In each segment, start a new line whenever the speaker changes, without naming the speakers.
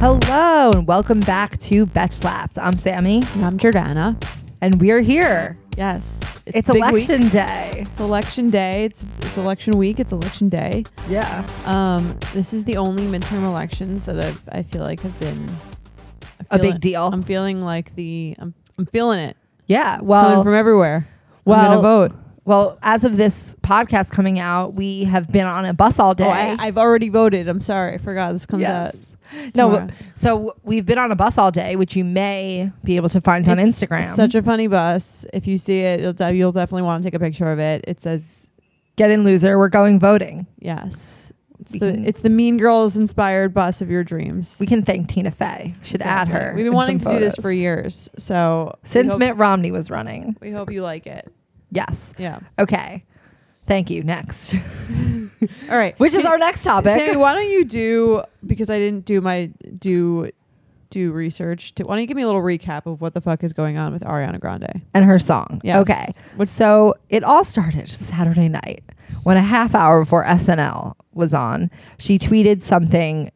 Hello and welcome back to Betch Slapped. I'm Sammy
And I'm Jordana.
and we are here.
Yes.
It's,
big
election
Week.
day.
It's election day. It's it's election week. It's election day.
Yeah.
Um, this is the only midterm elections that I've, I feel like have been I
A
feel
big
it-
deal.
I'm feeling like the I'm, I'm feeling it.
Yeah.
It's coming
Well,
from everywhere. I'm
well,
gonna vote.
well, as of this podcast coming out, we have been on a bus all day.
Oh, I, I've already voted. I'm sorry, I forgot this comes
Yes.
out.
no,
tomorrow.
so we've been on a bus all day, which you may be able to find on
It's
Instagram.
Such a funny bus. If you see it, it'll, de- you'll definitely want to take a picture of it. It says
Get in, loser. We're going voting.
yes. It's
We
the
can-
it's the Mean Girls inspired bus of your dreams.
We can thank Tina Fey. Should add
Exactly.
her.
We've
in
been wanting to
some
do this
photos.
for years, so we
since
hope-
Mitt Romney was running.
we hope you like it.
Yes.
Yeah.
Okay. Thank you. Next,
All right.
which is
Hey,
our next topic.
Sammy, why don't you do because I didn't do my do do research. To, why don't you give me a little recap of what the fuck is going on with Ariana Grande?
and her song.
Yes.
Okay.
What's
So it all started Saturday night when a half hour before SNL was on, she tweeted something.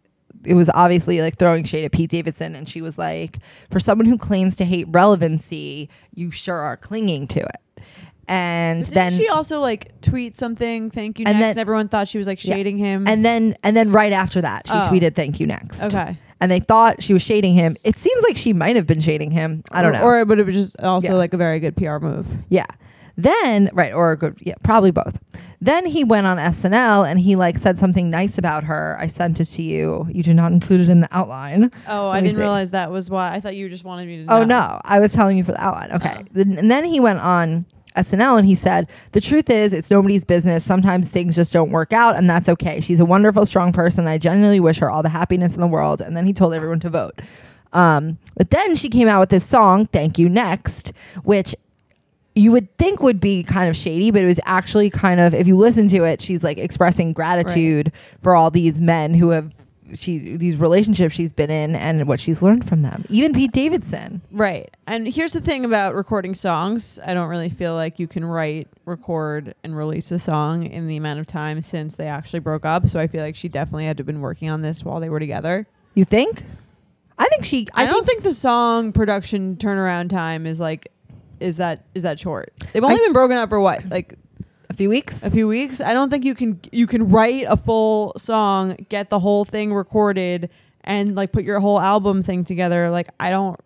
It was obviously like throwing shade at Pete Davidson. And she was like, for someone who claims to hate relevancy, you sure are clinging to it. And
didn't
then
she also like tweet something? Thank you
And
next.
then-
and everyone thought she was like
Yeah.
shading him.
and then and then right after that she
um, Oh.
tweeted thank you next
okay,
and they thought she was shading him it seems like she might have been shading him i don't
Or-
know
Or it would have been just also
Yeah.
like a very good PR move.
Yeah. Then right or good yeah probably both. Then he went on SNL and he like said something nice about her. I sent it to you. You did not include it in the outline.
Oh,
Let
I
me
didn't
see.
realize that was why. I thought you just wanted me to.
Oh
know.
no, I was telling you for the outline. Okay.
Oh.
Then And then he went on SNL and he said, "The truth is, it's nobody's business. Sometimes things just don't work out, and that's okay. She's a wonderful, strong person. I genuinely wish her all the happiness in the world." And then he told everyone to vote. Um, but then she came out with this song, "Thank You Next," which you would think would be kind of shady, but it was actually kind of if you listen to it, she's like expressing gratitude for all these men who have she these relationships she's been in and what she's learned from them. Even Pete Davidson.
Right. And here's the thing about recording songs. I don't really feel like you can write, record, and release a song in the amount of time since they actually broke up. So I feel like she definitely had to have been working on this while they were together.
You think? I think she
I,
I,
don't
think,
think the song production turnaround time is like is that is that short. They've only been broken up for what? Like
a few weeks.
a few weeks. I don't think you can you can write a full song, get the whole thing recorded, and like put your whole album thing together. Like I don't.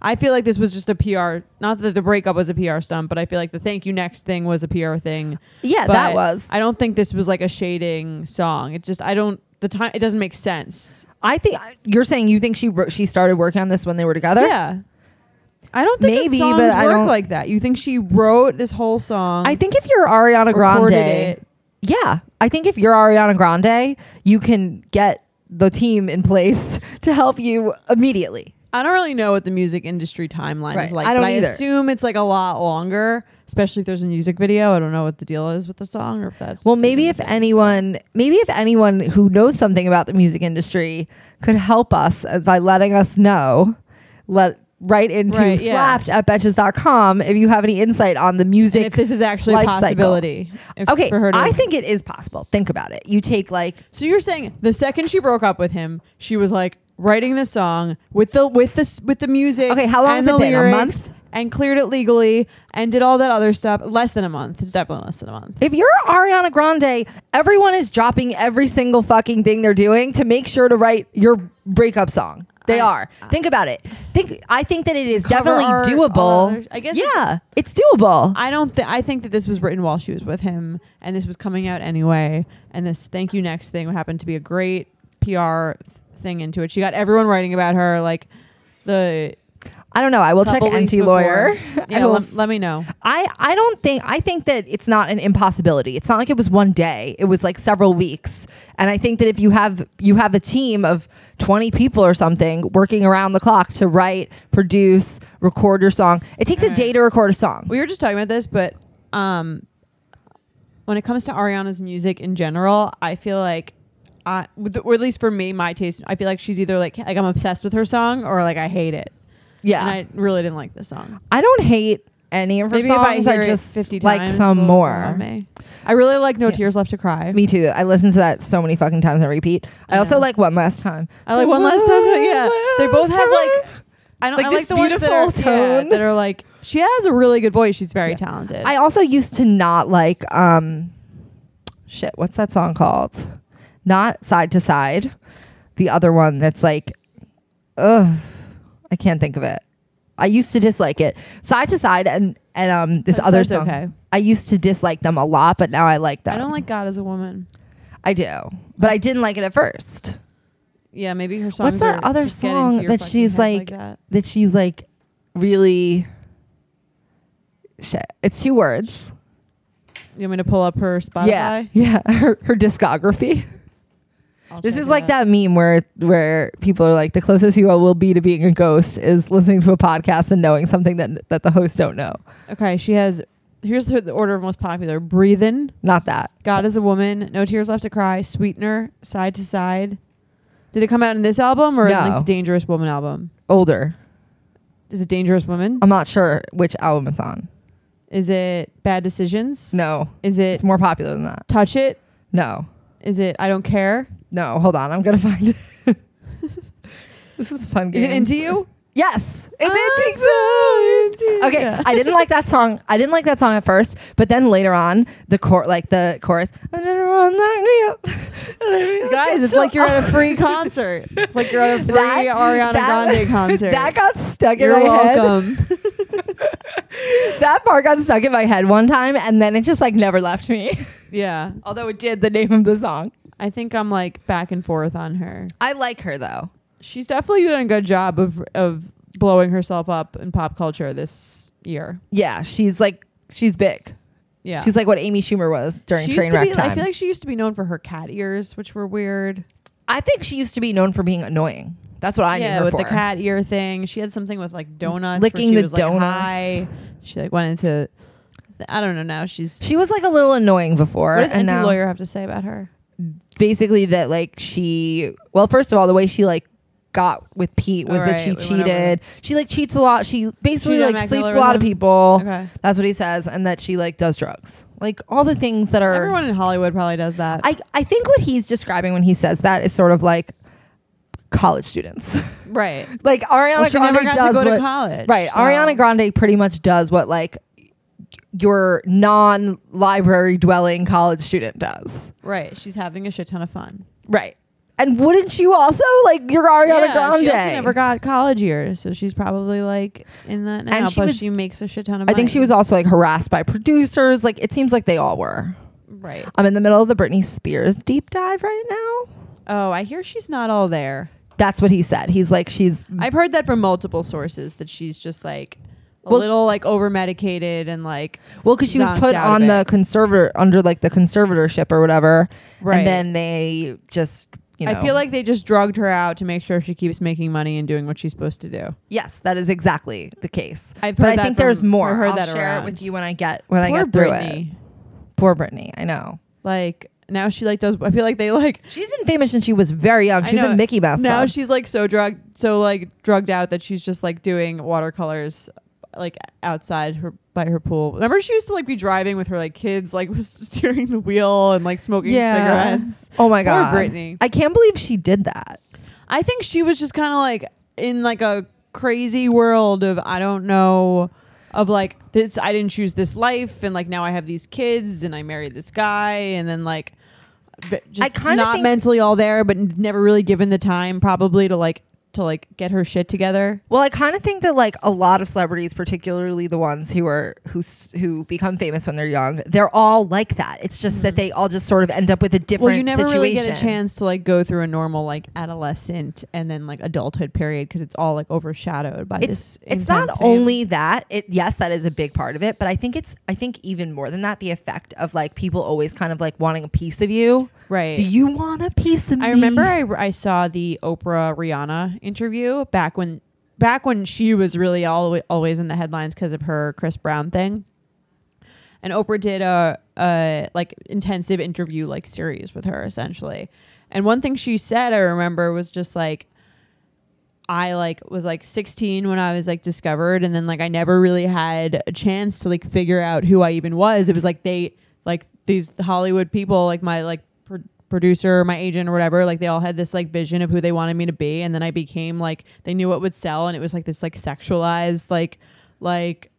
I feel like this was just a PR. Not that the breakup was a PR stunt, but I feel like the thank you next thing was a PR thing.
yeah,
but
that was. I,
I don't think this was like a shading song. It's just I don't. The time it doesn't make sense.
think you're saying you think she wrote, she started working on this when they were together?
Yeah. I don't think
Maybe,
that songs
but
work
I don't-
like that. You think she wrote this whole song?
I think if you're Ariana
recorded
Grande,
it,
yeah, I think if you're Ariana Grande, you can get the team in place to help you immediately.
I don't really know what the music industry timeline
Right.
is like.
I don't
but
either.
I assume it's like a lot longer, especially if there's a music video. I don't know what the deal is with the song or if that's
Well, maybe
even
if
a thing.
anyone, maybe if anyone who knows something about the music industry could help us uh, by letting us know, let right into
Right, yeah.
slapped at betches.com if you have any insight on the
and
music.
if this is actually a
life cycle.
possibility. If
okay,
for her to,
I think it is possible. Think about it. You take like
so. You're saying the second she broke up with him, she was like writing the song with the with the with the music.
Okay, how long
and
has
the
it been? A
lyrics
month?
And cleared it legally and did all that other stuff. Less than a month. It's definitely less than a month.
if you're Ariana Grande, everyone is dropping every single fucking thing they're doing to make sure to write your breakup song. They
I-
are. think about it. Think. I think that it is
Cover
definitely
art, all
doable.
the other- I guess it's-
Yeah, it's doable.
I don't. Th- I think that this was written while she was with him, and this was coming out anyway. And this "Thank You Next" thing happened to be a great PR th- thing into it. She got everyone writing about her, like the
I don't know. I will check
couple weeks
NT
before.
lawyer. I,
Yeah,
will-
lem- let me know.
I I don't think I think that it's not an impossibility. It's not like it was one day. It was like several weeks. And I think that if you have you have a team of 20 people or something working around the clock to write, produce, record your song. It takes a
Right.
day to record a song.
We were just talking about this, but um, when it comes to Ariana's music in general, I feel like. I, with- or at least for me, my taste. I feel like she's either like like I'm obsessed with her song, or like I hate it.
Yeah.
and I really didn't like this song.
I don't hate any of her
Maybe
songs.
if I,
I,
hear it
just
50
like
times,
some
it'll- I
more.
may. I really like No
Yeah.
Tears Left to Cry.
Me too. I listened to that so many fucking times on repeat. I
I
also
know.
like one last time.
I like one last time. to- Yeah, they both have like I don't
Like
I
this
like the ones that are
beautiful
yeah,
tone.
that are like she has a really good voice. She's very
Yeah.
talented.
I also used to not like um shit, what's that song called? Not side to side. The other one that's like ugh I can't think of it. I used to dislike it. Side to side and and um this
That's-
other
that's
song.
okay.
I used to dislike them a lot, but now I like them.
I don't like God as a woman.
I do. But I didn't like it at first.
Yeah, maybe her songs.
What's that
are-
other
just get into
song
your
that
fucking
she's
head like
like-
that.
That she like really shit. It's two words.
You want me to pull up her Spotify?
Yeah. Yeah. Her her discography.
I'll
This
check
is
it
like
out.
that meme where where people are like, the closest you will be to being a ghost is listening to a podcast and knowing something that that the hosts don't know.
Okay, she has. Here's the, the order of most popular: Breathing,
Not that.
God is a Woman, No Tears Left to Cry, Sweetener, Side to Side. Did it come out in this album or in like
No.
the Dangerous Woman album?
Older.
Is it Dangerous Woman?
I'm not sure which album it's on.
Is it Bad Decisions?
No,
Is it
it's more popular than that.
Touch It?
No,
Is it I Don't Care?
no. Hold on, I'm gonna find it. this is a fun.
Is
Game.
it Into You?
Yes, it's into.
Into You.
Okay,
Yeah.
I didn't like that song. I didn't like that song at first, but then later on, the cor- like the chorus.
Guys,
Guys,
it's like you're at a free concert. It's like you're at a free
That-
Ariana
that-
Grande concert.
That got stuck
You're
in my
welcome.
head. That part got stuck in my head one time, and then it just like never left me.
yeah.
Although it did the name of the song.
I think I'm like back and forth on her.
I like her though.
She's definitely done a good job of of blowing herself up in pop culture this year.
Yeah, she's like she's big.
Yeah.
She's like what Amy Schumer was during
She used
train
to
wreck
be,
time.
I feel like she used to be known for her cat ears, which were weird.
I think she used to be known for being annoying. That's what I
yeah,
knew her
with
for.
the cat ear thing. She had something with like donuts.
Licking
where she
the
was, like,
donuts.
high. She like went into. I don't know. Now she's.
She um, was like a little annoying before,
what does
and
anti
now
lawyer have to say about her?
basically that like she. Well, first of all, the way she like got with Pete was
All
that she
right, whatever.
cheated. She like cheats a lot. She basically
Cheated on
like
Max
sleeps with
Miller
a
with
lot of
him?
people.
Okay.
That's what he says, and that she like does drugs, like all the things that are.
Everyone in Hollywood probably does that.
I I think what he's describing when he says that is sort of like college students,
right.
like Ariana
Well, she
Grande
never got
does
to go
what,
to college.
right.
so-
Ariana Grande pretty much does what like your non-library dwelling college student does,
Right. She's having a shit ton of fun.
right? And wouldn't you also like you're Ariana
yeah,
Grande?
She also never got college years, so she's probably like in that now.
And she
Plus,
was-
she makes a shit ton of.
I
money.
think she was also like harassed by producers. Like it seems like they all were.
right.
I'm in the middle of the Britney Spears deep dive right now.
Oh, I hear she's not all there.
That's what he said. He's like she's
I've heard that from multiple sources that she's just like a
Well-
little like over medicated and like
Well, because she was
zonked
put
out of
on the
it.
conservator under like the conservatorship or whatever,
Right.
and then they just you know.
I feel like they just drugged her out to make sure she keeps making money and doing what she's supposed to do.
yes, that is exactly the case.
I've
but
heard
I
that
think there's
from-
more.
I heard
I'll
that
share
around.
it with you when I get when I
Poor
get through it.
Britney.
Poor Brittany, I know.
Like now she like does. I feel like they like.
She's been famous since she was very young.
I
She was
know.
in Mickey Mouse.
Now
Club.
she's like so drugged, so like drugged out that she's just like doing watercolors, like outside her by her pool. Remember, she used to like be driving with her like kids, like was steering the wheel and like smoking
yeah.
cigarettes.
Oh my
Poor
god,
Britney.
I can't believe she did that.
I think she was just kind of like in like a crazy world of I don't know of like this I didn't choose this life and like now I have these kids and I married this guy and then like b- just
kinda
not
think-
mentally all there but n- never really given the time probably to like to like get her shit together.
Well, I kind of think that like a lot of celebrities, particularly the ones who are who s- who become famous when they're young, they're all like that. It's just that they all just sort of end up with a different.
Mm-hmm. Well, you never really get a
situation.
chance to like go through a normal like adolescent and then like adulthood period because it's all like overshadowed by
It's
this.
it's not
intense fame.
only that. It yes, that is a big part of it, but I think it's I think even more than that, the effect of like people always kind of like wanting a piece of you.
right.
Do you want a piece of me?
I remember I, I saw the Oprah Rihanna interview back when back when she was really al- always in the headlines because of her Chris Brown thing. And Oprah did a, a like intensive interview like series with her essentially. And one thing she said I remember was just like I like was like 16 when I was like discovered and then like I never really had a chance to like figure out who I even was. It was like they like these Hollywood people like my like pro- producer, my agent or whatever, like they all had this like vision of who they wanted me to be and then I became like they knew what would sell and it was like this like sexualized like like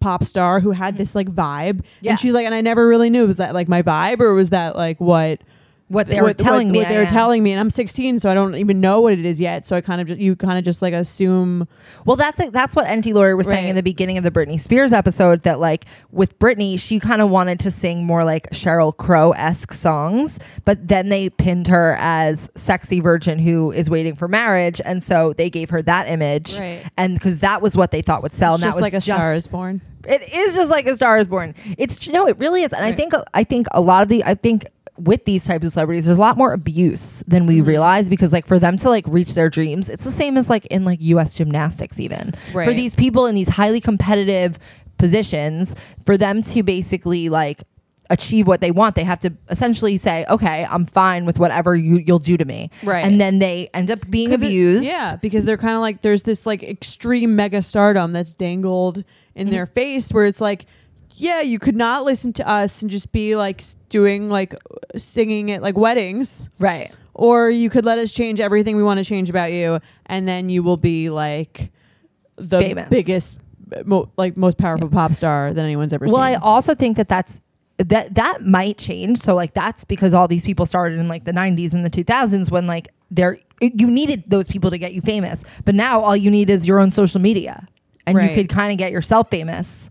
pop star who had this like vibe.
Mm-hmm. Yeah.
And she's like and I never really knew was that like my vibe or was that like what
What they were telling
what
me.
they
I
were
am.
telling me, and I'm 16, so I don't even know what it is yet. So I kind of just, you kind of just like assume
Well, that's like that's what NT Laurie was saying
Right.
in the beginning of the Britney Spears episode. That like with Britney, she kind of wanted to sing more like Cheryl Crow esque songs, but then they pinned her as sexy virgin who is waiting for marriage, and so they gave her that image,
Right.
and because that was what they thought would sell.
it's
and
just
that was
like a
just
Star Is Born.
it is just like a star is born it's no it really is and i
Right.
think i think a lot of the i think with these types of celebrities there's a lot more abuse than
Mm-hmm.
we realize because like for them to like reach their dreams it's the same as like in like us gymnastics even for
Right.
these people in these highly competitive positions for them to basically like achieve what they want they have to essentially say okay i'm fine with whatever you, you'll do to me
Right.
and then they end up being
'Cause it-
abused
yeah, because they're kind of like there's this like extreme mega stardom that's dangled in
Mm-hmm.
their face, where it's like, yeah, you could not listen to us and just be like s- doing like singing at like weddings.
right
or you could let us change everything we want to change about you and then you will be like the
Famous.
biggest mo- like most powerful pop star that anyone's ever
Well, I
seen
also think that that's that that might change. So like that's because all these people started in like the 90s and the 2000s when like they're you needed those people to get you famous. But now all you need is your own social media and you
Right.
could kind of get yourself famous.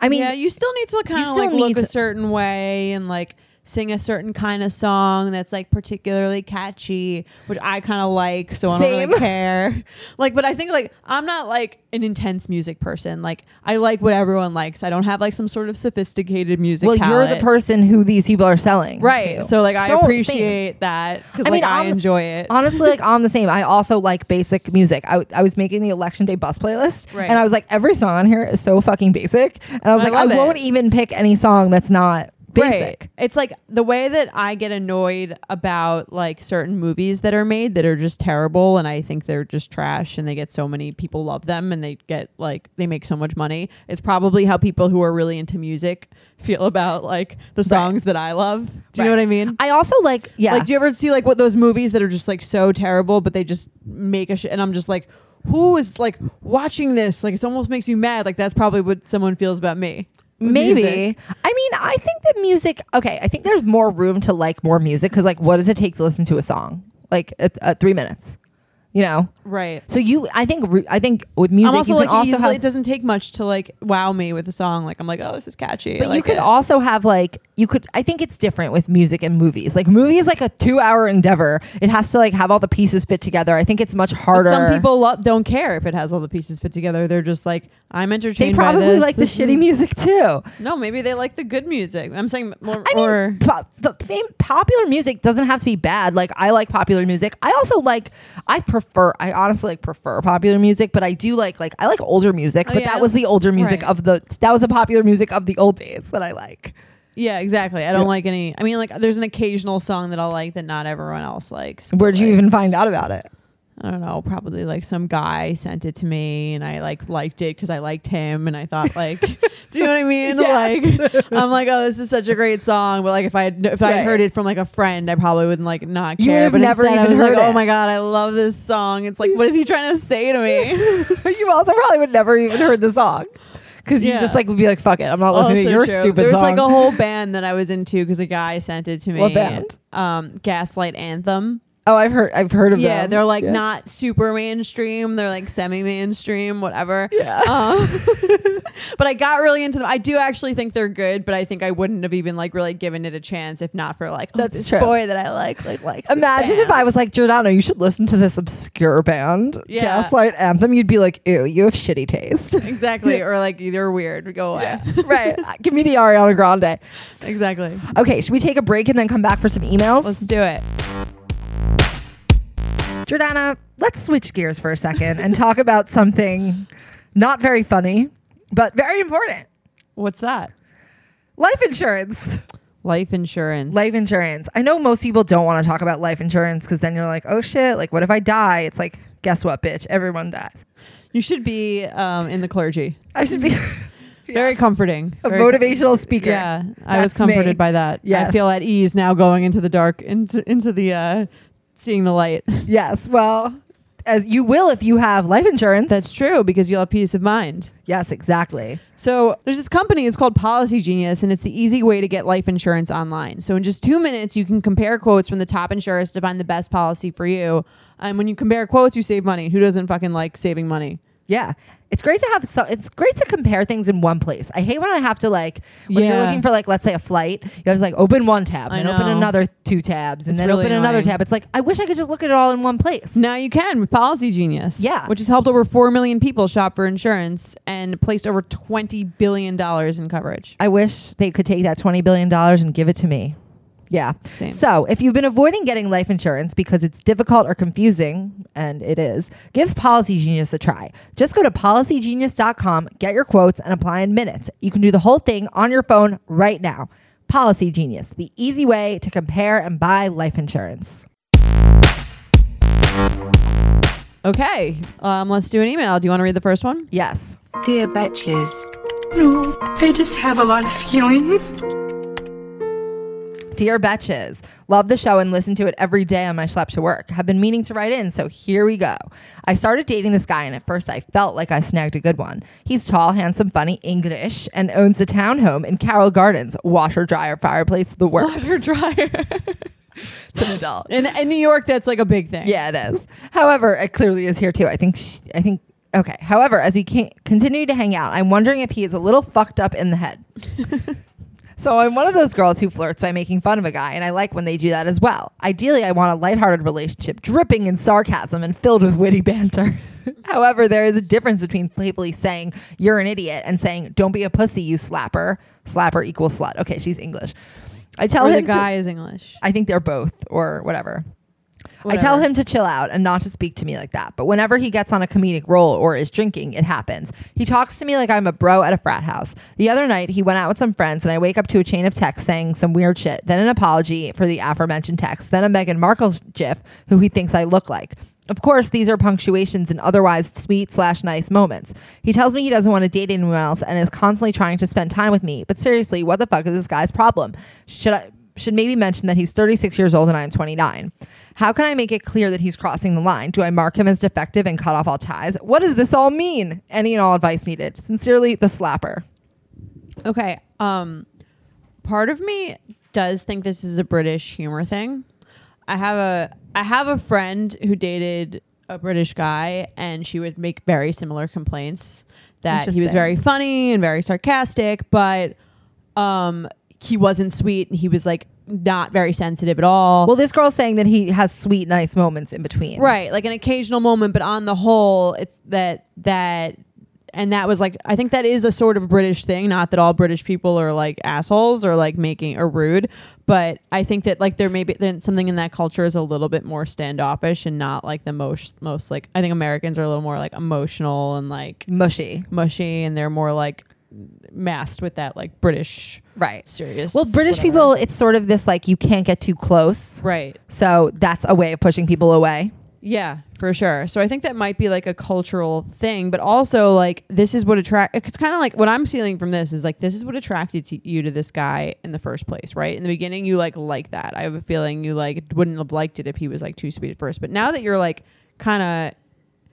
I mean,
yeah you still need to kind of
still
like
need
look
to-
a certain way and like sing a certain kind of song that's like particularly catchy which i kind of like so i don't
Same.
really care like but i think like i'm not like an intense music person like i like what everyone likes i don't have like some sort of sophisticated music
well, you're
palette.
the person who these people are selling.
right
to.
so like i
So same.
appreciate that because
I
like
mean,
i
I'm-
enjoy it
Honestly, like I'm the same. I also like basic music. I, I was making the election day bus playlist,
Right.
and I was like, every song on here is so fucking basic. And I was
I
like, I
love it.
won't even pick any song that's not basic.
Right. It's like the way that I get annoyed about like certain movies that are made that are just terrible and I think they're just trash and they get so many people love them and they get like they make so much money. It's probably how people who are really into music feel about like the songs that I love. Do you know
Right.
what I mean?
I also like yeah.
Like do you ever see like what those movies that are just like so terrible but they just make a shit and I'm just like who is like watching this? Like it almost makes you mad. Like that's probably what someone feels about me. With
Maybe.
music.
I mean, I think that music. Okay, I think there's more room to like more music because, like, what does it take to listen to a song? Like, at, at three minutes, you know.
Right.
So you, I think, re- I think with music,
I'm also
you can
like
also
easily.
have,
it doesn't take much to like wow me with a song. Like I'm like, oh, this is catchy. I
but you
like
could
it.
also have like you could. I think it's different with music and movies. Like, movie is like a two-hour endeavor. It has to like have all the pieces fit together. I think it's much
But
harder.
some people lo- don't care if it has all the pieces fit together. They're just like, I'm
they
entertained. by
probably
this.
like
This
the shitty
is-
music too.
No, maybe they like the good music. I'm saying more.
I
or,
mean, po- the fam- popular music doesn't have to be bad. Like I like popular music. I also like. I prefer. I honestly like prefer popular music, but I do like like I like older music.
Oh,
but
yeah.
that was the older music
Right.
of the that was the popular music of the old days that I like.
yeah, exactly. I don't like any. I mean, like there's an occasional song that I'll like that not everyone else likes. but,
Where'd you
like,
even find out about it?
I don't know. Probably like some guy sent it to me, and I like liked it because I liked him, and I thought like, do you know what I mean? Like, I'm like, oh, this is such a great song, but like if I had if I
Right.
had heard it from like a friend, I probably wouldn't like not
You would
care.
have
But
never
instead, I
even
was like,
heard
oh
it.
my god, I love this song. It's like, what is he trying to say to me?
you also probably would never even heard the song because you
Yeah.
just like would be like, "Fuck it, I'm not listening
Also
to your
Oh, true.
stupid
There was
song."
like a whole band that I was into because a guy sent it to me.
What band?
Um, Gaslight Anthem.
oh, I've heard. I've heard of
Yeah,
them.
they're like not super mainstream. They're like semi mainstream, whatever.
Yeah.
Um, but I got really into them. I do actually think they're good, but I think I wouldn't have even like really given it a chance if not for like oh,
That's
this
true.
boy that I like like likes. this
Imagine if
band.
I was like Giordano, you should listen to this obscure band,
Yeah.
Gaslight Anthem. You'd be like, ew, you have shitty taste.
exactly or like either weird go away.
right. Give me the Ariana Grande.
exactly.
Okay, should we take a break and then come back for some emails?
Let's do it.
Jordana, let's switch gears for a second and talk about something not very funny, but very important.
What's that?
Life insurance.
Life insurance.
Life insurance. I know most people don't want to talk about life insurance because then you're like, oh shit, like what if I die? It's like, Guess what, bitch? Everyone dies.
You should be um, in the clergy.
I should be
Very
Yes.
comforting.
a
Very
motivational speaker.
Yeah, I was
That's me.
comforted by that.
Yes.
I feel at ease now going into the dark, into into the uh, seeing the light.
Yes. Well, as you will if you have life insurance.
That's true because you'll have peace of mind.
yes, exactly.
So there's this company. It's called Policy Genius, and it's the easy way to get life insurance online. So in just two minutes, you can compare quotes from the top insurers to find the best policy for you. And when you compare quotes, you save money. Who doesn't fucking like saving money?
Yeah. It's great to have some it's great to compare things in one place. I hate when I have to like when you're
Yeah.
looking for like let's say a flight, you have to like open one tab
I
and then open
know.
another two tabs and
It's
then
really
open another
annoying.
tab. It's like I wish I could just look at it all in one place.
Now you can with Policy Genius.
Yeah.
Which has helped over 4 million people shop for insurance and placed over $20 billion in coverage.
I wish they could take that $20 billion and give it to me. Yeah.
Same.
So, if you've been avoiding getting life insurance because it's difficult or confusing, and it is, give Policy Genius a try. Just go to policygenius.com, get your quotes, and apply in minutes. You can do the whole thing on your phone right now. Policy Genius, the easy way to compare and buy life insurance.
Okay. Um, let's do an email. Do you want to read the first one?
Yes.
Dear Betches.
No, I just have a lot of feelings.
Dear Betches, love the show and listen to it every day on my schlep to work. Have been meaning to write in, so here we go. I started dating this guy, and at first I felt like I snagged a good one. He's tall, handsome, funny, English, and owns a townhome in Carroll Gardens. Washer, dryer, fireplace, the works.
Your dryer.
It's an adult.
in, in New York, that's like a big thing.
Yeah, it is. However, it clearly is here too. I think. She, I think. Okay. However, as we can continue to hang out, I'm wondering if he is a little fucked up in the head. so I'm one of those girls who flirts by making fun of a guy, and I like when they do that as well. Ideally, I want a lighthearted relationship, dripping in sarcasm and filled with witty banter. However, there is a difference between playfully saying "you're an idiot" and saying "don't be a pussy, you slapper." Slapper equals slut. Okay, she's English. I tell
Or the
him to-
guy is English.
I think they're both or whatever. I tell
Whatever.
him to chill out and not to speak to me like that. But whenever he gets on a comedic roll or is drinking, it happens. He talks to me like I'm a bro at a frat house. The other night, he went out with some friends, and I wake up to a chain of texts saying some weird shit, then an apology for the aforementioned text, then a Meghan Markle gif who he thinks I look like. Of course, these are punctuations and otherwise sweet slash nice moments. He tells me he doesn't want to date anyone else and is constantly trying to spend time with me. But seriously, what the fuck is this guy's problem? Should I? should maybe mention that he's 36 years old and I'm 29. How can I make it clear that he's crossing the line? Do I mark him as defective and cut off all ties? What does this all mean? Any and all advice needed. Sincerely, the slapper.
Okay. Um, part of me does think this is a British humor thing. I have a I have a friend who dated a British guy, and she would make very similar complaints that he was
Interesting.
very funny and very sarcastic, but um, he wasn't sweet, and he was like not very sensitive at all.
Well, this girl's saying that he has sweet, nice moments in between.
right like an occasional moment but on the whole it's that that and that was like i think that is a sort of british thing not that all british people are like assholes or like making or rude but i think that like there may be then something in that culture is a little bit more standoffish and not like the most most like i think americans are a little more like emotional and like
Mushy.
mushy and they're more like masked with that like british
Right.
serious
Well, British
whatever.
people, it's sort of this like you can't get too close.
right
So that's a way of pushing people away.
Yeah, for sure. So I think that might be like a cultural thing, but also like this is what attract. It's kind of like what I'm feeling from this is like this is what attracted to you to this guy in the first place, right? In the beginning, you like like that. I have a feeling you like wouldn't have liked it if he was like too sweet at first, but now that you're like kind of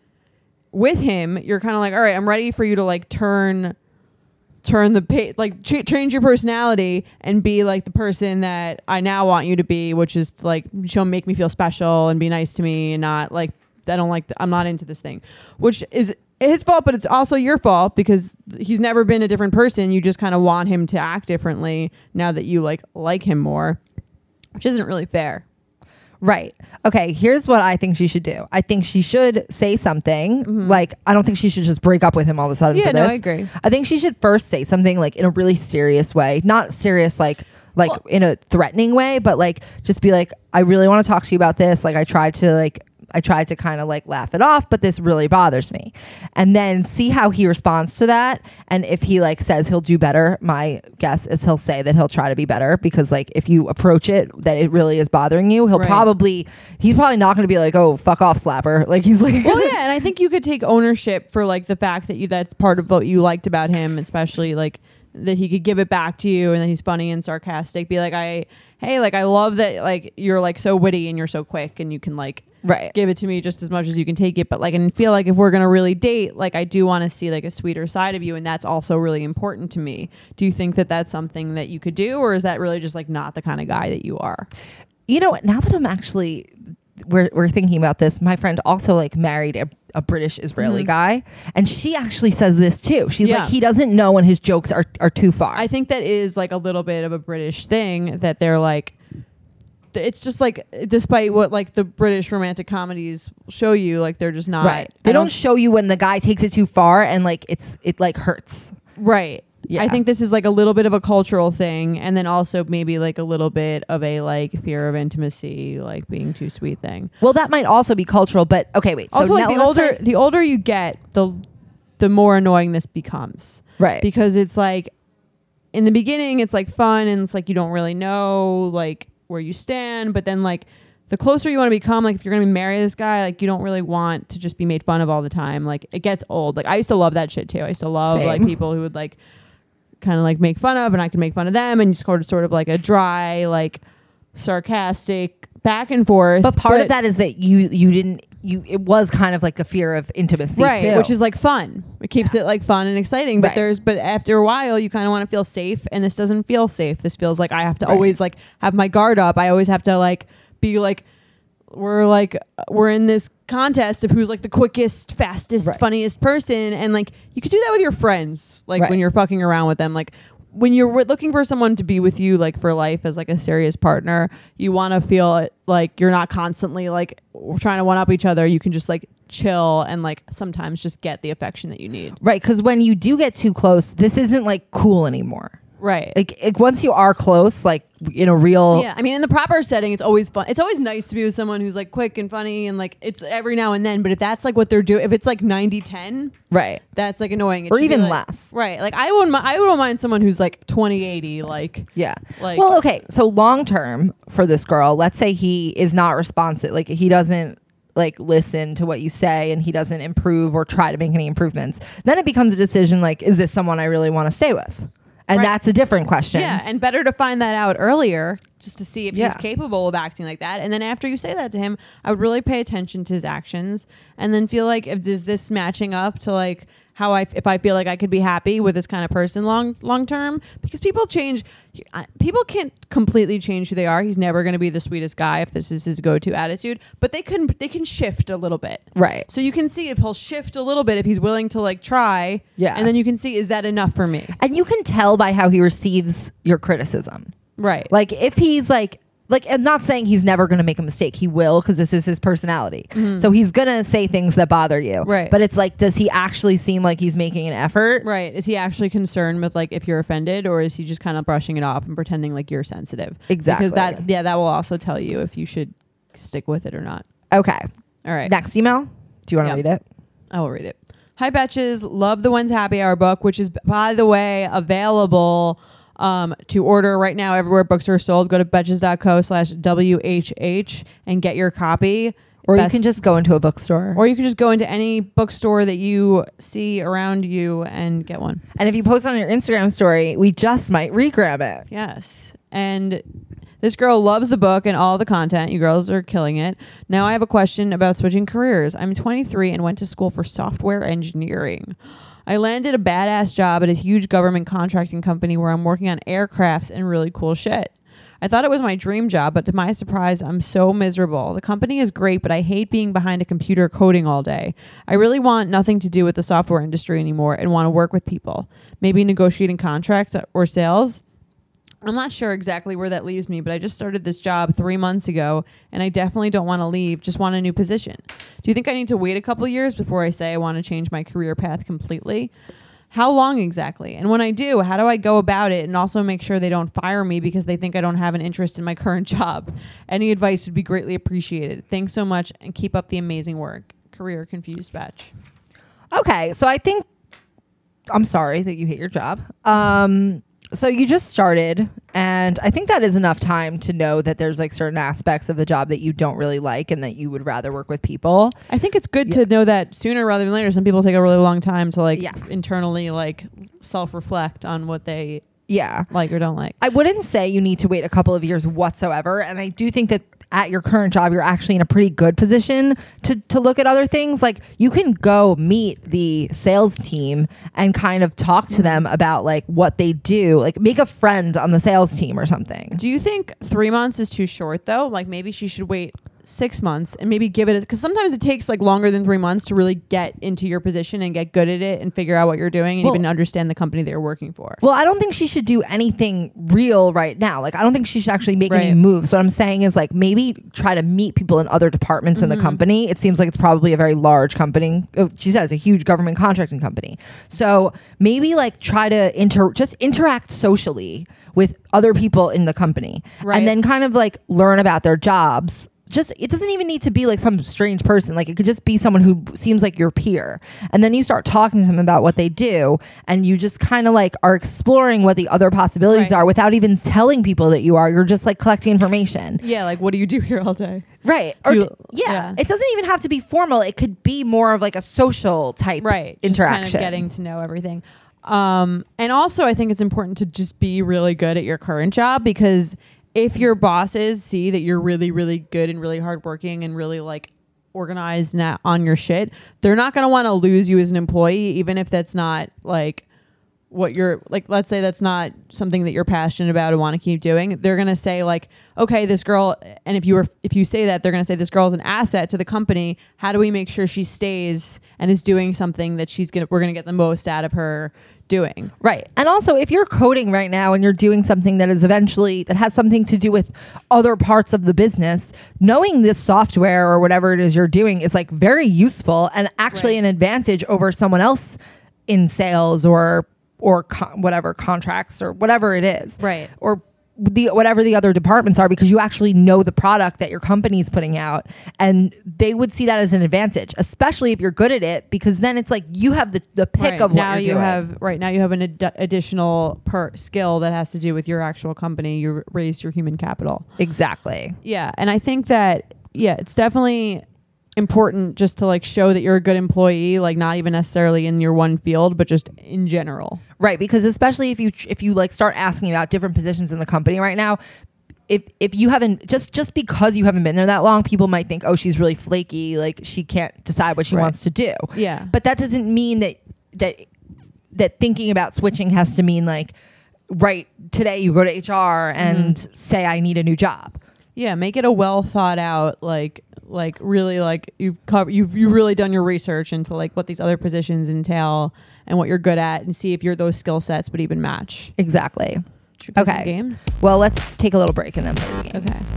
with him, you're kind of like, all right, I'm ready for you to like turn turn the page, like ch- change your personality and be like the person that I now want you to be, which is like she'll make me feel special and be nice to me and not like I don't like I'm not into this thing, which is his fault, but it's also your fault because he's never been a different person. You just kind of want him to act differently now that you like like him more, which isn't really fair.
Right. Okay. Here's what I think she should do. I think she should say something. Like, I don't think she should just break up with him all of a sudden.
Yeah,
for
no,
this.
I agree.
Mm-hmm. I think she should first say something like in a really serious way, not serious like like
Well-
in a threatening way, but like just be like, I really want to talk to you about this. Like, I tried to like. I tried to kind of like laugh it off, but this really bothers me. And then see how he responds to that. And if he like says he'll do better, my guess is he'll say that he'll try to be better because like if you approach it that it really is bothering you, he'll
Right.
probably, he's probably not going to be like, oh, fuck off, slapper. Like he's like,
well, yeah, and I think you could take ownership for like the fact that you that's part of what you liked about him, especially like that he could give it back to you and that he's funny and sarcastic. Be like, I hey, like I love that like you're like so witty and you're so quick and you can like
right.
give it to me just as much as you can take it. But like and feel like if we're gonna really date, like I do want to see like a sweeter side of you, and that's also really important to me. Do you think that that's something that you could do, or is that really just like not the kind of guy that you are?
You know, what? now that I'm actually we're, we're thinking about this, my friend also like married a, a British Israeli guy, and she actually says this too. She's
Mm-hmm. Yeah.
like, he doesn't know when his jokes are, are too far.
I think that is like a little bit of a British thing that they're like th- it's just like despite what like the British romantic comedies show you like they're just not
right. They
I
don't, show you when the guy takes it too far, and like it's it like hurts.
right.
Yeah.
I think this is like a little bit of a cultural thing and then also maybe like a little bit of a like fear of intimacy like being too sweet thing.
Well, that might also be cultural, but okay, wait. so
also like
now
the
let's
older
say-
the older you get the the more annoying this becomes.
right?
because it's like in the beginning it's like fun and it's like you don't really know like where you stand but then like the closer you want to become like if you're gonna marry this guy like you don't really want to just be made fun of all the time like it gets old like i used to love that shit too i used to love
Same.
like people who would like kind of like make fun of and i could make fun of them and just sort of sort of like a dry like sarcastic back and forth
but part of that is that you you didn't you it was kind of like a fear of intimacy,
right
too.
which is like fun it keeps it like fun and exciting but
Right.
there's but after a while you kind of want to feel safe and this doesn't feel safe this feels like i have to
Right.
always like have my guard up i always have to like be like we're like we're in this contest of who's like the quickest fastest
Right.
funniest person and like you could do that with your friends like
Right.
when you're fucking around with them like when you're wi- looking for someone to be with you like for life as like a serious partner you want to feel it- like you're not constantly like w- trying to one up each other you can just like chill and like sometimes just get the affection that you need
right. Because when you do get too close, this isn't like cool anymore.
right
Like, like once you are close, like in a real
yeah i mean in the proper setting it's always fun it's always nice to be with someone who's like quick and funny and like it's every now and then but if that's like what they're doing if it's like 90 10
right.
that's like annoying It
Or
should be,
even
like-
less.
right like i wouldn't mi- i wouldn't mind someone who's like 2080 like
Yeah.
Like-
well, okay. So long term for this girl, let's say he is not responsive. Like he doesn't like listen to what you say and he doesn't improve or try to make any improvements. Then it becomes a decision like is this someone I really want to stay with? And
Right.
that's a different question.
yeah and better to find that out earlier just to see if
Yeah.
he's capable of acting like that and then after you say that to him i would really pay attention to his actions and then feel like if is this matching up to like how I, if I feel like I could be happy with this kind of person long long term, because people change, I- people can't completely change who they are. He's never going to be the sweetest guy if this is his go to attitude, but they can they can shift a little bit.
Right.
So you can see if he'll shift a little bit if he's willing to like try.
Yeah.
And then you can see is that enough for me?
And you can tell by how he receives your criticism.
Right.
Like if he's like like I'm not saying he's never going to make a mistake. He will because this is his personality. So he's going to say things that bother you.
Mm-hmm. Right.
But it's like does he actually seem like he's making an effort?
right. Is he actually concerned with like if you're offended or is he just kind of brushing it off and pretending like you're sensitive?
Exactly.
Because that yeah, that will also tell you if you should stick with it or not.
Okay.
All right.
Next email. Do you want to
Yeah.
read it?
I will read it. Hi, Betches. Love the When's Happy Hour book, which is, by the way, available um, to order right now everywhere books are sold. Go to betches.co slash WHH and get your copy.
Or
Best-
you can just go into a bookstore.
or you can just go into any bookstore that you see around you and get one.
and if you post on your Instagram story, we just might regrab it.
Yes. And this girl loves the book and all the content. You girls are killing it. Now I have a question about switching careers. I'm 23 and went to school for software engineering. I landed a badass job at a huge government contracting company where I'm working on aircrafts and really cool shit. I thought it was my dream job, but to my surprise, I'm so miserable. The company is great, but I hate being behind a computer coding all day. I really want nothing to do with the software industry anymore and want to work with people, maybe negotiating contracts or sales. I'm not sure exactly where that leaves me, but I just started this job three months ago and I definitely don't want to leave, just want a new position. Do you think I need to wait a couple years before I say I want to change my career path completely? How long exactly? And when I do, how do I go about it and also make sure they don't fire me because they think I don't have an interest in my current job? Any advice would be greatly appreciated. Thanks so much and keep up the amazing work. Career confused batch.
Okay, so I think I'm sorry that you hate your job. Um, so you just started, and I think that is enough time to know that there's like certain aspects of the job that you don't really like and that you would rather work with people.
I think it's good to know that sooner rather than later. Some people take a really long time to like
Yeah.
internally like self reflect on what they
Yeah.
like or don't like.
I wouldn't say you need to wait a couple of years whatsoever. And I do think that at your current job, you're actually in a pretty good position to, to look at other things. Like you can go meet the sales team and kind of talk to them about like what they do, like make a friend on the sales team or something.
Do you think three months is too short though? Like maybe she should wait six months and maybe give it because sometimes it takes like longer than three months to really get into your position and get good at it and figure out what you're doing and
Well-
even understand the company that you're working for.
Well, I don't think she should do anything real right now. Like, I don't think she should actually make any
Right.
moves. What I'm saying is, like, maybe try to meet people in other departments in the
Mm-hmm.
company. It seems like it's probably a very large company. Oh, She says a huge government contracting company. So maybe like try to inter just interact socially with other people in the company,
Right.
and then kind of like learn about their jobs. Just it doesn't even need to be like some strange person. Like it could just be someone who seems like your peer. And then you start talking to them about what they do and you just kind of like are exploring what the other possibilities
Right.
are without even telling people that you are. You're just like collecting information.
yeah, like what do you do here all day?
Right. Or
Do-
d- yeah.
yeah.
It doesn't even have to be formal. It could be more of like a social type
right just
interaction.
kind of getting to know everything um and also i think it's important to just be really good at your current job because if your bosses see that you're really really good and really hardworking and really like organized na- on your shit they're not going to want to lose you as an employee even if that's not like what you're like let's say that's not something that you're passionate about and want to keep doing they're going to say like okay this girl and if you were if you say that they're going to say this girl is an asset to the company how do we make sure she stays and is doing something that she's going to we're going to get the most out of her doing
Right. And also, if you're coding right now and you're doing something that is eventually that has something to do with other parts of the business, knowing this software or whatever it is you're doing is like very useful and actually
Right.
an advantage over someone else in sales or or con- whatever contracts or whatever it is.
Right.
Or the whatever the other departments are because you actually know the product that your company's putting out and they would see that as an advantage especially if you're good at it because then it's like you have the, the pick
Right.
of what
now
you're
you
doing.
have right now you have an ad- additional per skill that has to do with your actual company you raised your human capital
exactly
Yeah, and I think that yeah, it's definitely important just to like show that you're a good employee, like not even necessarily in your one field, but just in general.
Right, because especially if you if you like start asking about different positions in the company right now, if if you haven't just just because you haven't been there that long, people might think, "Oh, she's really flaky, like she can't decide what she
Right.
wants to do."
Yeah.
But that doesn't mean that that that thinking about switching has to mean like right today you go to HR and say I need a new job.
Yeah, make it a well thought out like like really like you've cover you've you have really done your research into like what these other positions entail and what you're good at and see if your those skill sets would even match.
Exactly.
Should we play some
Okay.
Games.
Well, let's take a little break and then play the games.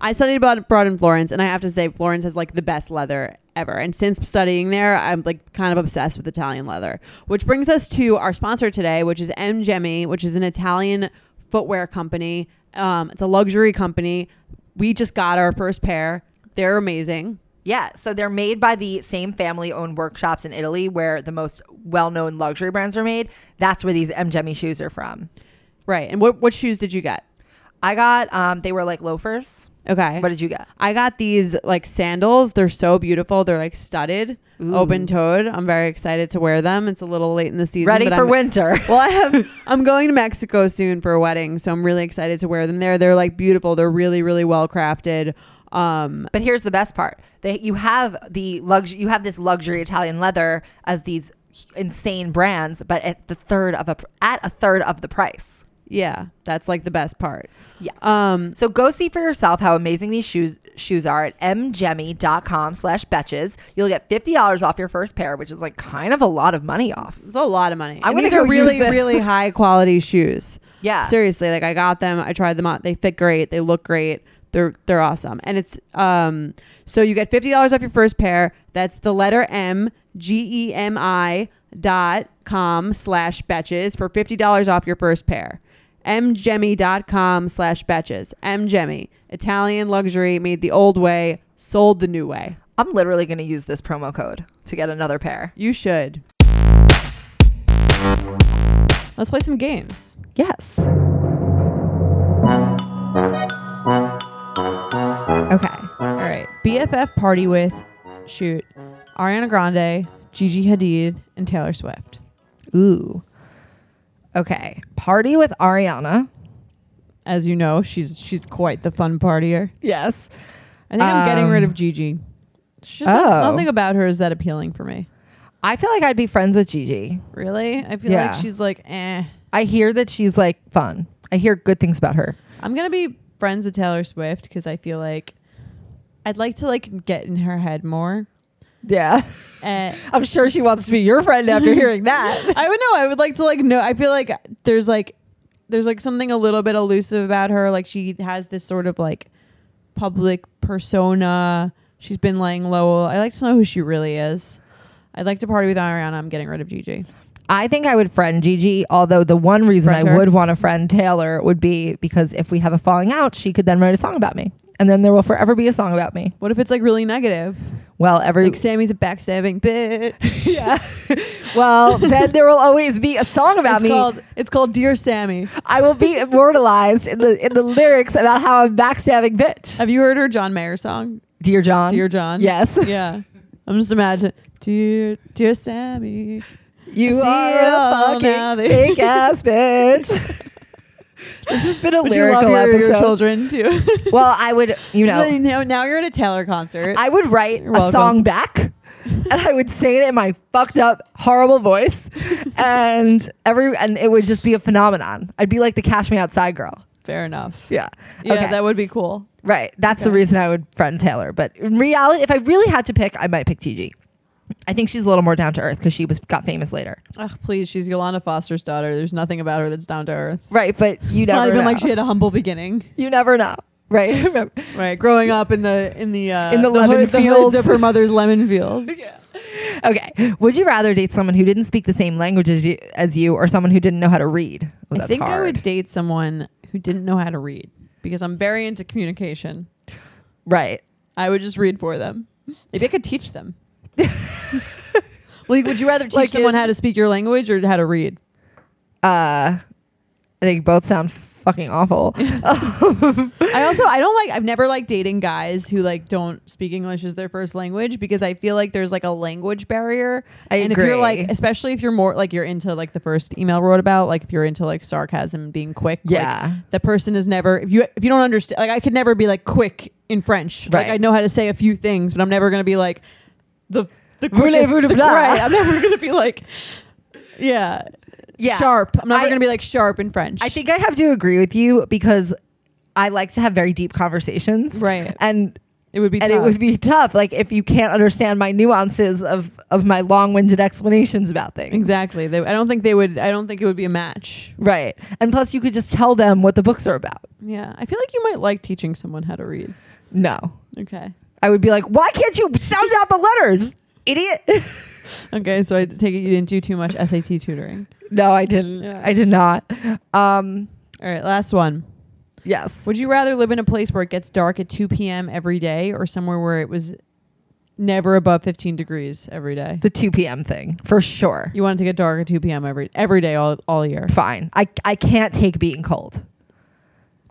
I studied abroad, abroad in Florence, and I have to say, Florence has like the best leather ever. And since studying there, I'm like kind of obsessed with Italian leather. Which brings us to our sponsor today, which is M Gemi, which is an Italian footwear company. Um, it's a luxury company. We just got our first pair. They're amazing.
Yeah, so they're made by the same family owned workshops in Italy where the most well known luxury brands are made. That's where these M. Jemmy shoes are from.
Right. And what, what shoes did you get?
I got, um, they were like loafers.
Okay.
What did you get?
I got these like sandals. They're so beautiful. They're like studded, open toed. I'm very excited to wear them. It's a little late in the season.
Ready
but
for
I'm-
winter.
well, I have. I'm going to Mexico soon for a wedding, so I'm really excited to wear them there. They're like beautiful. They're really, really well crafted. Um,
but here's the best part they, you have the luxury, you have this luxury Italian leather as these insane brands, but at the third of a, pr- at a third of the price.
yeah, that's like the best part.
Yeah.
Um,
So go see for yourself how amazing these shoes shoes are at mjemmy.com slash betches. You'll get fifty dollars off your first pair, which is like kind of a lot of money off.
it's a lot of money.
I'm
And
gonna
these
go
are really,
use this.
really high quality shoes.
Yeah.
Seriously, like I got them. I tried them out. They fit great. They look great. They're they're awesome. And it's um so you get fifty dollars off your first pair. That's the letter M G E M I dot com slash betches for $50 off your first pair. mjemmy.com slash betches. mjemmy, Italian luxury made the old way, sold the new way.
I'm literally going to use this promo code to get another pair.
You should.
Let's play some games.
Yes. Okay.
All right. BFF party with, shoot, Ariana Grande, Gigi Hadid, and Taylor Swift.
Ooh. Okay. Party with Ariana.
As you know, she's she's quite the fun partier.
Yes.
I think I'm getting
Um,
rid of Gigi. She's just not-
Oh.
nothing about her is that appealing for me.
I feel like I'd be friends with Gigi.
Really? I feel
Yeah.
like she's like, eh.
I hear that she's like fun. I hear good things about her.
I'm gonna be friends with Taylor Swift because I feel like I'd like to like get in her head more.
Yeah.
Uh,
I'm sure she wants to be your friend after hearing that.
I would know. I would like to like know. I feel like there's like there's like something a little bit elusive about her. Like she has this sort of like public persona. She's been laying low. I like to know who she really is. I'd like to party with Ariana. I'm getting rid of Gigi.
I think I would friend Gigi, although the one reason
Friend
I
her?
would want to friend Taylor would be because if we have a falling out, she could then write a song about me. And then there will forever be a song about me.
What if it's like really negative?
Well, every
Like Sammy's a backstabbing bitch.
yeah. well, then there will always be a song about
it's
me.
called it's called Dear Sammy.
I will be immortalized in the in the lyrics about how I'm backstabbing bitch.
Have you heard her John Mayer song?
Dear John.
Dear John.
Yes.
Yeah. I'm just imagine. Dear dear Sammy.
You
See
are
it all
a
now.
fucking fake ass bitch. This has been a
Would you love
lyrical
your, your
episode.
children too?
Well, I would, you
So
know,
now, now you're at a Taylor concert.
I would write
You're
a
welcome.
song back, and I would sing it in my fucked up, horrible voice, and every and it would just be a phenomenon. I'd be like the Cash Me Outside girl.
Fair enough.
Yeah.
Yeah,
okay.
that would be cool.
Right. That's the
Okay.
reason I would friend Taylor. But in reality, if I really had to pick, I might pick Gigi. I think she's a little more down to earth because she was got famous later.
Ugh, please, she's Yolanda Foster's daughter. There's nothing about her that's down to earth.
Right. But you
it's
never
not even
know.
like she had a humble beginning.
you never know. Right. Remember-
Right, growing up in the in the uh,
In the
hood-
lemon
the hoods
fields.
of her mother's lemon field.
okay. Would you rather date someone who didn't speak the same language as you, as you or someone who didn't know how to read? Oh,
I
that's
think I
hard.
would date someone who didn't know how to read because I'm very into communication.
Right.
I would just read for them. Maybe I could teach them. like, would you rather teach
Like
someone
in-
how to speak your language or how to read?
Uh, I think both sound fucking awful. Um,
I also I don't like I've never like dating guys who like don't speak English as their first language because I feel like there's like a language barrier.
I
and if
agree.
you're like especially if you're more like you're into like the first email wrote about, like if you're into like sarcasm and being quick. like,
Yeah.
the person is never if you if you don't understand like I could never be like quick in French.
Right.
Like I know how to say a few things, but I'm never gonna be like the the quickest,
Voulez-vous
the,
blah.
right. I'm never gonna be like Yeah.
Yeah.
Sharp. I'm never
I-
gonna be like sharp in French.
I think I have to agree with you because I like to have very deep conversations.
Right.
And
it would be
and
tough.
it would be tough like if you can't understand my nuances of of my long-winded explanations about things
Exactly. They, I don't think they would. I don't think it would be a match.
right and plus you could just tell them what the books are about
Yeah, I feel like you might like teaching someone how to read.
no
Okay.
i would be like why can't you sound out the letters idiot
Okay. So I take it you didn't do too much SAT tutoring.
no i didn't
Yeah.
i did not um
All right. Last one.
yes
Would you rather live in a place where it gets dark at 2 p.m. every day, or somewhere where it was never above 15 degrees every day?
the 2 p.m thing for sure
You want it to get dark at 2 p.m. every every day all all year.
fine i i can't take being cold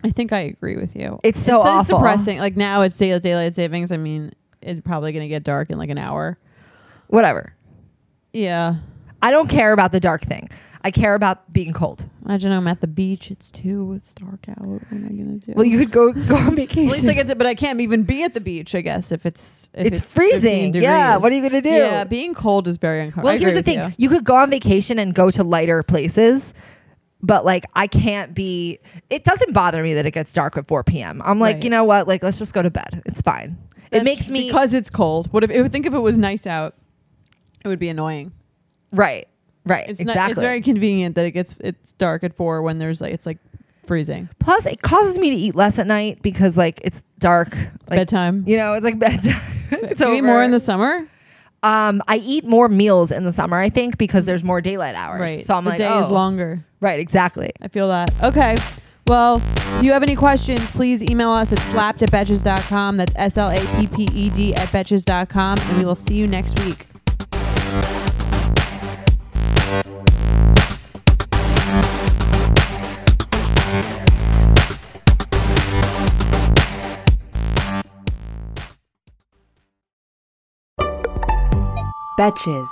I think I agree with you.
It's so awful.
depressing. Like now it's day- daylight savings. I mean, it's probably gonna get dark in like an hour.
whatever
Yeah.
i don't care about the dark thing i care about being cold
Imagine I'm at the beach. It's two. It's dark out. What am I gonna do?
well you could go go on
at
vacation
least I get to, but I can't even be at the beach. I guess if it's if
It's
it's,
freezing.
15 Degrees.
Yeah, what are you gonna do?
Yeah, being cold is very uncomfortable.
Well, here's the thing: you. could go on vacation and go to lighter places, but like I can't be. It doesn't bother me that it gets dark at 4 p.m. I'm like,
Right.
you know what? Like, let's just go to bed. It's fine. it makes me
because it's cold. What if I think if it was nice out, it would be annoying.
right, right,
It's
exactly.
not. It's very convenient that it gets it's dark at four when there's like it's like freezing
Plus, it causes me to eat less at night because like it's dark.
it's
Like
bedtime.
you know, it's like bedtime. it's
Do you eat more
over.
in the summer?
Um, I eat more meals in the summer, I think, because there's more daylight hours.
Right.
So I'm
the
like,
day is
oh.
longer.
Right, exactly.
I feel that. Okay. Well, if you have any questions, please email us at slapped at betches.com. That's S L A P P E D at betches.com. And we will see you next week.
Betches.